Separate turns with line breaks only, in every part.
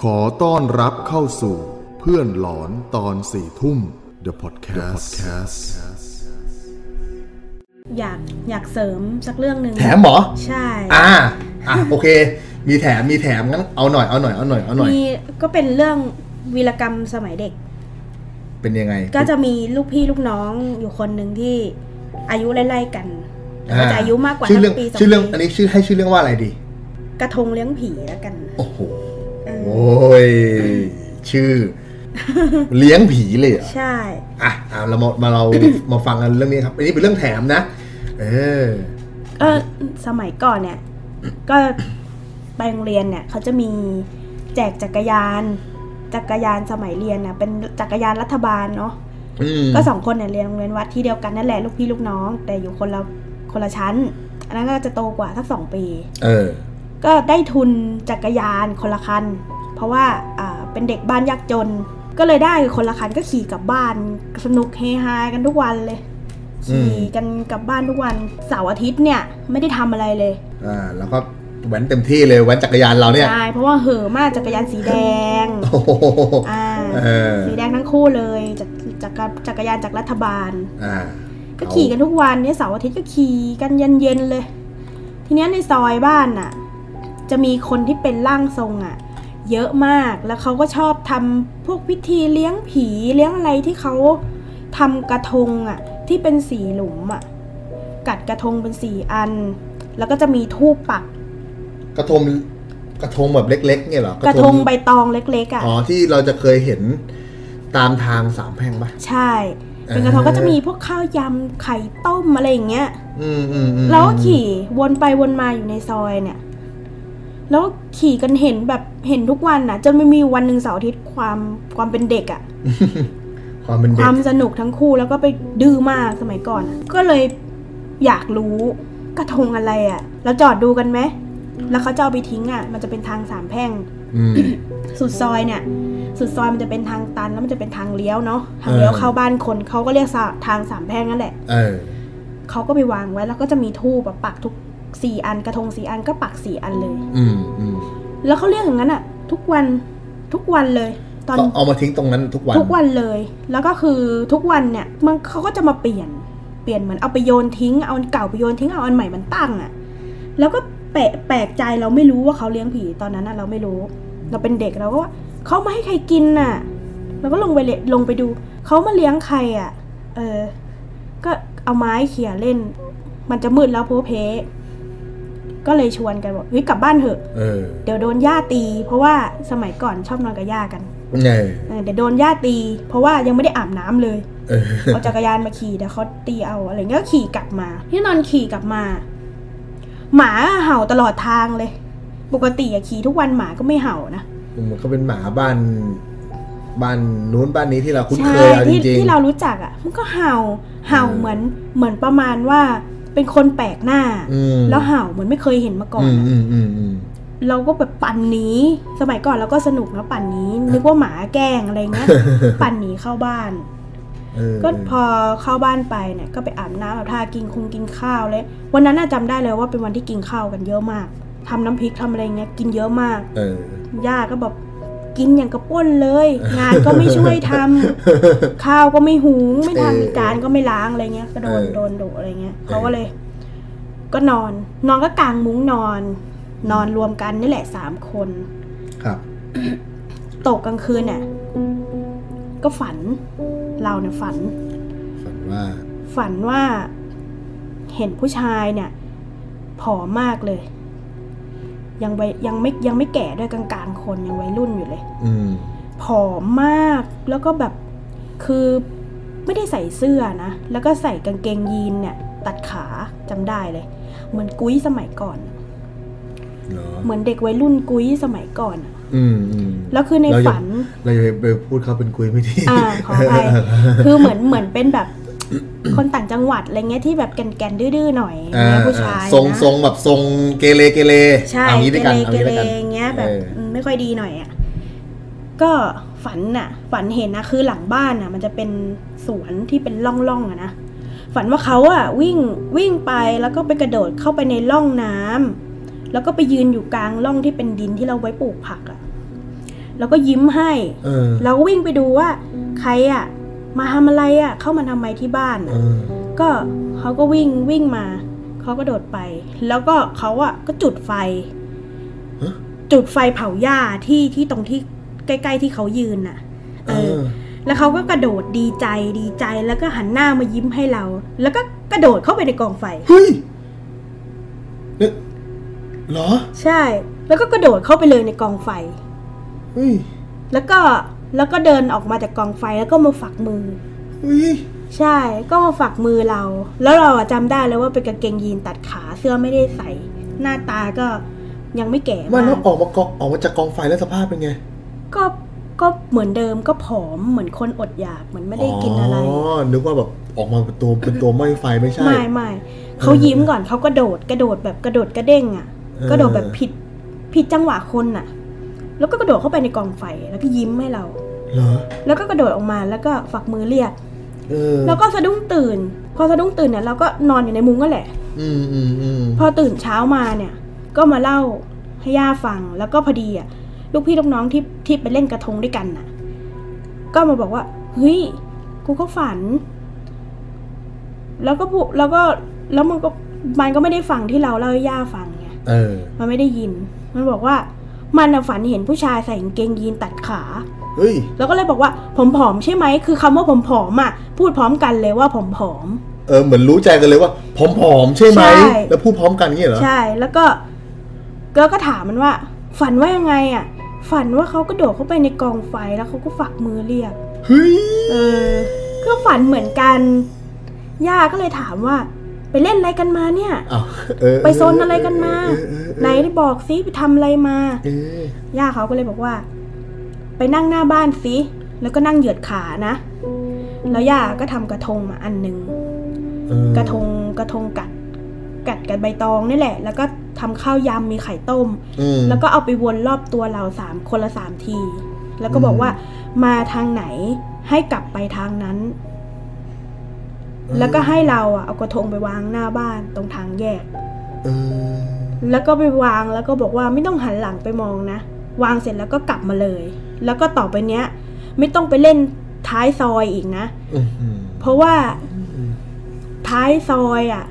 ขอต้อนรับเข้าสู่เพื่อนหลอนตอนสี่ทุ่ม The Podcast
อยากอยากเสริมสักเรื่องหนึ่ง
แถมเหรอ
ใช่
อ่า อ่ะ โอเค มีแถม มีแถมงั้น เอาหน่อย เอาหน่อย เอาหน่อย เอาหน่อย
มีก็เป็นเรื่องวีรกรรมสมัยเด็ก
เป็นยังไง
ก็จะมีลูกพี่ลูกน้องอยู่คนหนึ่งที่อายุไล่ๆกันแต่ว่า
อ่า
จะอายุมากกว่า
ชื่อเรื่อง
ทั้งปีสอง
ชื่อเรื่อง อัน
ปี
นี้ชื่อให้ชื่อเรื่องว่าอะไรดี
กระทงเลี้ยงผีแล้วกัน
โอ้โห
เออ
โอ้ย ชื่อ เลี้ยงผีเลยเหรอ
ใช่
อ่ะอ่ะเรามามาเรา มาฟังกันเรื่องนี้ครับ อันนี้เป็นเรื่องแถมนะ เออ
ก็สมัยก่อนเนี่ย ก็ไปโรงเรียนเนี่ยเขาจะมีแจกจักรยาน จักรยานสมัยเรียนนะเป็นจักรยานรัฐบาลเนาะ
อืม
ก็สองคนเนี่ยเรียนโรงเรียนวัดที่เดียวกันนั่นแหละลูกพี่ลูกน้อง แต่อยู่คนละคนละชั้น อันนั้นก็จะโตกว่าสักสองปี
เออ
ก็ได้ทุนจักรยานคนละคัน เพราะว่าอ่าเป็นเด็กบ้านยากจน ก็เลยได้คนละคันก็ขี่กลับบ้านสนุกเฮฮากันทุกวันเลย
อืม
ขี่กันกลับบ้านทุกวันเสาร์อาทิตย์เนี่ยไม่ได้ทำอะไรเลย
อ่า แล้วก็แว้นเต็มที่เลยแว้นจักรยานเราเนี่ย
ใช่เพราะว่าเห่อะมากจักรยานสีแดง
โอ้โห
อ่า
เออ
สีแดงทั้งคู่เลยจากจากจักรยานจากรัฐบาล
อ่า
ก็ขี่กันทุกวันเนี่ยเสาร์อาทิตย์ก็ขี่กันเย็นๆเลย ทีเนี้ยในซอยบ้านน่ะ จะมีคนที่เป็นร่างทรงอ่ะ เยอะมากแล้วเขาก็ชอบทำพวกพิธีเลี้ยงผีเลี้ยงอะไรที่เขาทำกระทงอ่ะ ที่เป็นสีหลุมอ่ะ กัดกระทงเป็นสีอัน แล้วก็จะมีทูปปัก
กระทงกระทงแบบเล็ก ๆ เนี่ยเหรอก
ระทงใบตองเล็กๆอ่ะ
อ๋อที่เราจะเคยเห็นตามทางสามแพร่งปะ
ใช่ เป็นกระทง
เออ
ก็จะมีพวกข้าวยำไข่ต้มอะไรอย่างเงี้ย
อืมอืมอืม
แล้วก็ขี่วนไปวนมาอยู่ในซอยเนี่ย แล้วขี่กันเห็นแบบเห็นทุกวันน่ะจนไม่มีวันหนึ่งเสาร์อาทิตย์ความความเป็นเด็กอะ
ความเป็น
ค
เด็ก
วามสนุกทั้งคู่แล้วก็ไปดื้อมากสมัยก่อนอะก็เลยอยากรู้กระทงอะไรอะเราจอดดูกันไหมแล้วเขาจะเอาไปทิ้งอะมันจะเป็นทางสามแพร่ง
อืม
สุดซอยเนี่ย สุดซอยมันจะเป็นทางตันแล้วมันจะเป็นทางเลี้ยวเนาะทางเลี้ยว
เออ
เข้าบ้านคนเขาก็เรียกสะทางสามแพร่งนั่นแหละ
เออ
เขาก็ไปวางไว้แล้วก็จะมีทูบปักทุกสี่อันกระทงสี่อันก็ปักสี่อันเลย
อืมอืม
แล้วเขาเรียกอย่างนั้นอ่ะ ทุกวันทุกวันเลย ตอน
ก็เอามาทิ้งตรงนั้นทุกวัน
ทุกวันเลย แล้วก็คือทุกวันเนี่ยมันเขาก็จะมาเปลี่ยนเปลี่ยนเหมือนเอาไปโยนทิ้งเอาอันเก่าไปโยนทิ้งเอาอันใหม่มันตั้งอ่ะแล้วก็แปลกแปลกใจเราไม่รู้ว่าเขาเลี้ยงผีตอนนั้นอ่ะเราไม่รู้ เราเป็นเด็กเราก็ว่าเขามาให้ใครกินน่ะเราก็ลงไปเลลงไปดูเขามาเลี้ยงใครอ่ะ เออ ก็เอาไม้เขี่ยเล่น มันจะมืดแล้วโพเพก็เลยชวนกันบอกเฮ้ยกลับบ้านเถอะ
เออ
เดี๋ยวโดนย่าตี เพราะว่าสมัยก่อนชอบนอนกับย่ากัน
ไง
เออเดี๋ยวโดนย่าตี เพราะว่ายังไม่ได้อาบน้ำเลย
เออ
เอาจักรยานมาขี่แต่เขาตีเอาอะไรเงี้ยก็ขี่กลับมาที่นอนขี่กลับมา หมาเห่าตลอดทางเลย ปกติอะขี่ทุกวันหมาก็ไม่เห่านะ
มันก็เป็นหมาบ้านบ้านนู้นบ้านนี้ที่เราคุ้น
ใช่
เคยเอาจ
ที่
ริง
ที่เรารู้จักอะมันก็เห่าเห่า
เออ
เหมือนเหมือนประมาณว่าเป็นคนแปลกหน้า
ๆอืม
แล้วเห่าเหมือนไม่เคยเห็นมาก่อน
อืม
อะ
อืมอืมอืม
เราก็แบบปั่นหนีสมัยก่อนเราก็สนุกนะปั่นหนีนึกว่าหมาแกล้งอะไรเงี้ย ปั่นหนีเข้าบ้าน
เออ
ก็พอเข้าบ้านไปเนี่ยก็ไปอาบน้ำอาบท่ากินคงกินข้าวเลย วันนั้นน่ะจำได้เลยว่าเป็นวันที่กินข้าวกันเยอะมากทำน้ำพริกทำอะไรเงี้ยกินเยอะมาก
เออย่
าก็แบบกินอย่างกระป้นเลย งานก็ไม่ช่วยทำ ข้าวก็ไม่หุงไม่ทำจานก็ไม่ล้างอะไรเงี้ยก็โดนโดนดุอะไรเงี้ยเขาก็เลย ก็นอน นอนก็กางมุ้งนอน นอนรวมกันนี่แหละสามคน
ครับ
ตกกลางคืนเนี่ยก็ฝันเราเนี่ยฝัน
ฝันว่า
ฝันว่าเห็นผู้ชายเนี่ยผอมมากเลย ยังวัยยังไม่ยังไม่แก่ด้วยกลางๆคนยังวัยรุ่นอยู่เลย
อืม
ผอมมากแล้วก็แบบคือไม่ได้ใส่เสื้อนะ แล้วก็ใส่กางเกงยีนเนี่ย ตัดขาจำได้เลย เหมือนกุ้ยสมัยก่อน
เหรอ
เหมือนเด็กวัยรุ่นกุ้ยสมัยก่อนอะ
อืมอืม
แล้วคือใน
เรายัง
ฝัน
เราจะไปพูดเขาเป็นคุยไม่ดี
อ่าขออภัย คือเหมือนเหมือนเป็นแบบ คนต่างจังหวัดอะไรเงี้ยที่แบบแก่นๆดื้อๆหน่อยอย่างเงี้ยผู้ชาย
ทรง
นะ
ทรงแบบทรงเกเรเกเร
ใช่
เอางี้ด้วยกัน
เกเร
อางี้ด้วยกัน
ๆอย่างเงี้ยแบบ
เอออื
มไม่ค่อยดีหน่อยอ่ะก็ฝันน่ะ ฝันเห็นนะคือหลังบ้านน่ะ มันจะเป็นสวนที่เป็นร่องๆอะนะฝันว่าเขาอ่ะวิ่งวิ่งไปแล้วก็ไปกระโดดเข้าไปในร่องน้ำแล้วก็ไปยืนอยู่กลางร่องที่เป็นดินที่เราไว้ปลูกผักอ่ะ แล้วก็ยิ้มให้
เออ
เราก็วิ่งไปดูว่า ใครอะมาทำอะไรอะเข้ามาทำไมที่บ้าน
เออ
อะก็เขาก็วิ่งวิ่งมาเขาก็โดดไป แล้วก็เขาอะก็จุดไฟ
ฮะ
จุดไฟเผาหญ้าที่ที่ตรงที่ใกล้ๆที่เขายืนน่ะ
เอ
เออ
อ
แล้วเขาก็กระโดดดีใจดีใจแล้วก็หันหน้ามายิ้มให้เรา แล้วก็กระโดดเข้าไปในกองไฟ
เฮ้ยเนี่ยเหรอ
ใช่ แล้วก็กระโดดเข้าไปเลยในกองไฟ
เฮ้ย
แล้วก็แล้วก็เดินออกมาจากกองไฟแล้วก็มาฝักมือ
เฮ้ย
ใช่ ก็มาฝักมือเรา แล้วเราอะจำได้เลยว่าเป็นกางเกงยีนตัดขาเสื้อไม่ได้ใส่ หน้าตาก็ยังไม่แก่
ไมัน
มา
แล้ว
ก
ออกมากองออกมาจากกองไฟแล้วสภาพเป็นไง
ก็ก็เหมือนเดิมก็ผอมเหมือนคนอดอยากเหมือนไม่ได้กินอะไร
อ๋อนึกว่าแบบออกมาเป็นตัวเป็นตัวไหม้ไฟไม่ใช่
ไม่ไม่เขายิ้มก่อนเขากระโดดกระโดดแบบกระโดดกระเด้งอ่ะ
เออ
กระโดดแบบผิดผิดจังหวะคนอ่ะ แล้วก็กระโดดเข้าไปในกองไฟแล้วก็ยิ้มให้เรา
เหรอ
แล้วก็กระโดดออกมาแล้วก็ฝักมือเรียก
เออ
แล้วก็สะดุ้งตื่น พอสะดุ้งตื่นเนี่ยเราก็นอนอยู่ในมุ้งก็แหละ
อืมอืมอืม
พอตื่นเช้ามาเนี่ย ก็มาเล่าให้ย่าฟังแล้วก็พอดีอ่ะลูกพี่ลูกน้องที่ที่ไปเล่นกระทงด้วยกันน่ะ ก็มาบอกว่าเฮ้ยกูก็ฝัน แล้วก็พูแล้วก็แล้วมันก็มันก็ไม่ได้ฟังที่เราเล่าให้ย่าฟังไง
เออ
มันไม่ได้ยิน มันบอกว่า มันน่ะฝันเห็นผู้ชายใส่กางเกงยีนตัดขา
เฮ้ย
แล้วก็เลยบอกว่าผมผอมใช่ไหมคือคำว่าผมผอมอ่ะ พูดพร้อมกันเลยว่าผมผอม
เออเหมือนรู้ใจกันเลยว่าผอมๆใช่ไหม
ใช่
แล้วพูดพร้อมกันอย่างเงี้ยเหรอ
ใช่ แล้วก็แล้วก็ถามมันว่า ฝันว่ายังไงอ่ะ ฝันว่าเขากระโดดเข้าไปในกองไฟแล้วเขาก็ฝักมือเรียก
เฮ้ย
เออ ก็ฝันเหมือนกัน ย่าก็เลยถามว่า ไปเล่นอะไรกันมาเนี่ย
อ้าวเออ
ไปโซนอะไรกันมา
เออเออเออ
ไหนบอกสิไปทำอะไรมา
เออย่
าเขาก็เลยบอกว่า ไปนั่งหน้าบ้านสิ แล้วก็นั่งเหยียดขานะ แล้วย่าก็ทำกระทงมาอันหนึ่ง
เออก
ระทงกระทงกัด กัดกันใบตองนี่แหละ แล้วก็ทำข้าวยำมีไข่ต้ม
อืม
แล้วก็เอาไปวนรอบตัวเราสามคนละสามที แล้วก็บอกว่ามาทางไหนให้กลับไปทางนั้น แล้วก็ให้เราอะเอากระทงไปวางหน้าบ้านตรงทางแยก
เออ
แล้วก็ไปวางแล้วก็บอกว่าไม่ต้องหันหลังไปมองนะ วางเสร็จแล้วก็กลับมาเลย แล้วก็ต่อไปเนี้ย ไม่ต้องไปเล่นท้ายซอยอีกนะ
อื้อหือ
เพราะว่าท้ายซอยอะ่ะ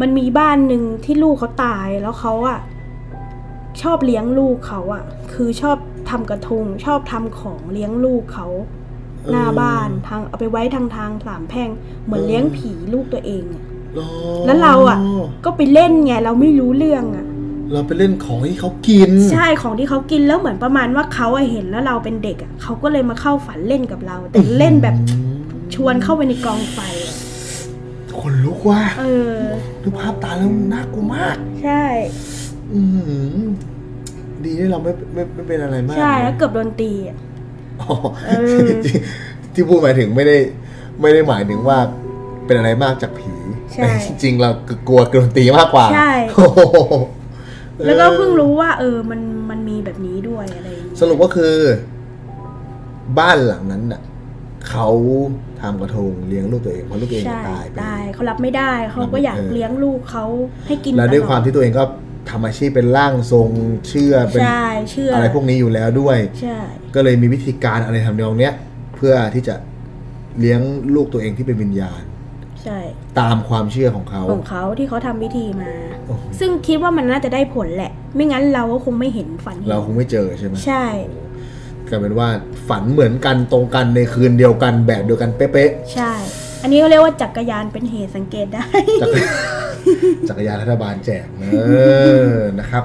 มันมีบ้านหนึ่งที่ลูกเขาตายแล้วเขาอะ่ะ ชอบเลี้ยงลูกเขาอะ่ะ คือชอบทำกระทง ชอบทำของเลี้ยงลูกเขาหน้าบ้านทางเอาไปไว้ทางทางสามแพร่งเหมือนเลี้ยงผีลูกตัวเองอะ
เหรอ
แล้วเราอะ ก็ไปเล่นไงเราไม่รู้เรื่องอ่ะ
เราไปเล่นของที่เขากิน
ใช่ของที่เขากินแล้วเหมือนประมาณว่าเขาอะเห็นแล้วเราเป็นเด็กอะเขาก็เลยมาเข้าฝันเล่นกับเรา แต่เล่นแบบชวนเข้าไปในกองไฟอะ
คนลุกว่า
เออ
ดูภาพตาแล้วน่ากลัวมาก
ใช่
อือหือดีที่เราไม่ไม่ไม่เป็นอะไรมาก
ใช่แล้วเกือบโดนตีอะ
อ๋อ
เออ
ที่ที่พูดหมายถึงไม่ได้ ไม่ได้หมายถึงว่าเป็นอะไรมากจากผี
ใช่
แต่จริงๆเรากลัวกลัวตีมากกว่า
ใช่
โอ้โห
แล้วก็เพิ่ง
ออ
รู้ว่า เออมันมันมีแบบนี้ด้วยอะไรอย่างเงี้ย
สรุปก็คือ บ้านหลังนั้นน่ะเขาทำกระทงเลี้ยงลูกตัวเองเพราะลูกตัวเอง
ใช่
ตายไป
ตายเขารับไม่ได้เขาก็อยาก
เออ
เลี้ยงลูกเขาให้กิน
แล้วด้วย
ตลอ
ความที่ตัวเองก็ทำอาชีพเป็นร่างทรงเชื่อเป็น
ใช่เชื่ออ
อะไรพวกนี้อยู่แล้วด้วย
ใช่
ก็เลยมีวิธีการอะไรทำนองเนี้ยเพื่อที่จะเลี้ยงลูกตัวเองที่เป็นวิญญาณ
ใช่
ตามความเชื่อของเขา
ของเขาที่เขาทำพิธีมา
โอ้โห
ซึ่งคิดว่ามันน่าจะได้ผลแหละ ไม่งั้นเราก็คงไม่เห็นฝันห็น
เราคงไม่เจอใช่ไหม
ใช่
โอ้โหกลายเป็นว่าฝันเหมือนกันตรงกันในคืนเดียวกันแบบเดียวกันเป๊ะ
ใช่ อันนี้ก็เรียกว่าจักรยานเป็นเหตุสังเกตได้
ๆจาก จักรยานรัฐบาลแจกเออนะครับ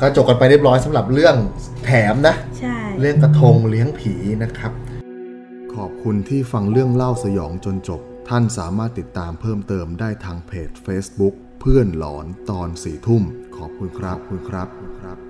ก็จบกันไปเรียบร้อยสำหรับเรื่องแถมนะ
ใช่
เรื่องกระทงเลี้ยงผีนะครับ
ขอบคุณที่ฟังเรื่องเล่าสยองจนจบ ท่านสามารถติดตามเพิ่มเติมได้ทางเพจ Facebook เพื่อนหลอนตอนสี่ทุ่ม ขอบคุณครับคุณครับคุณครับ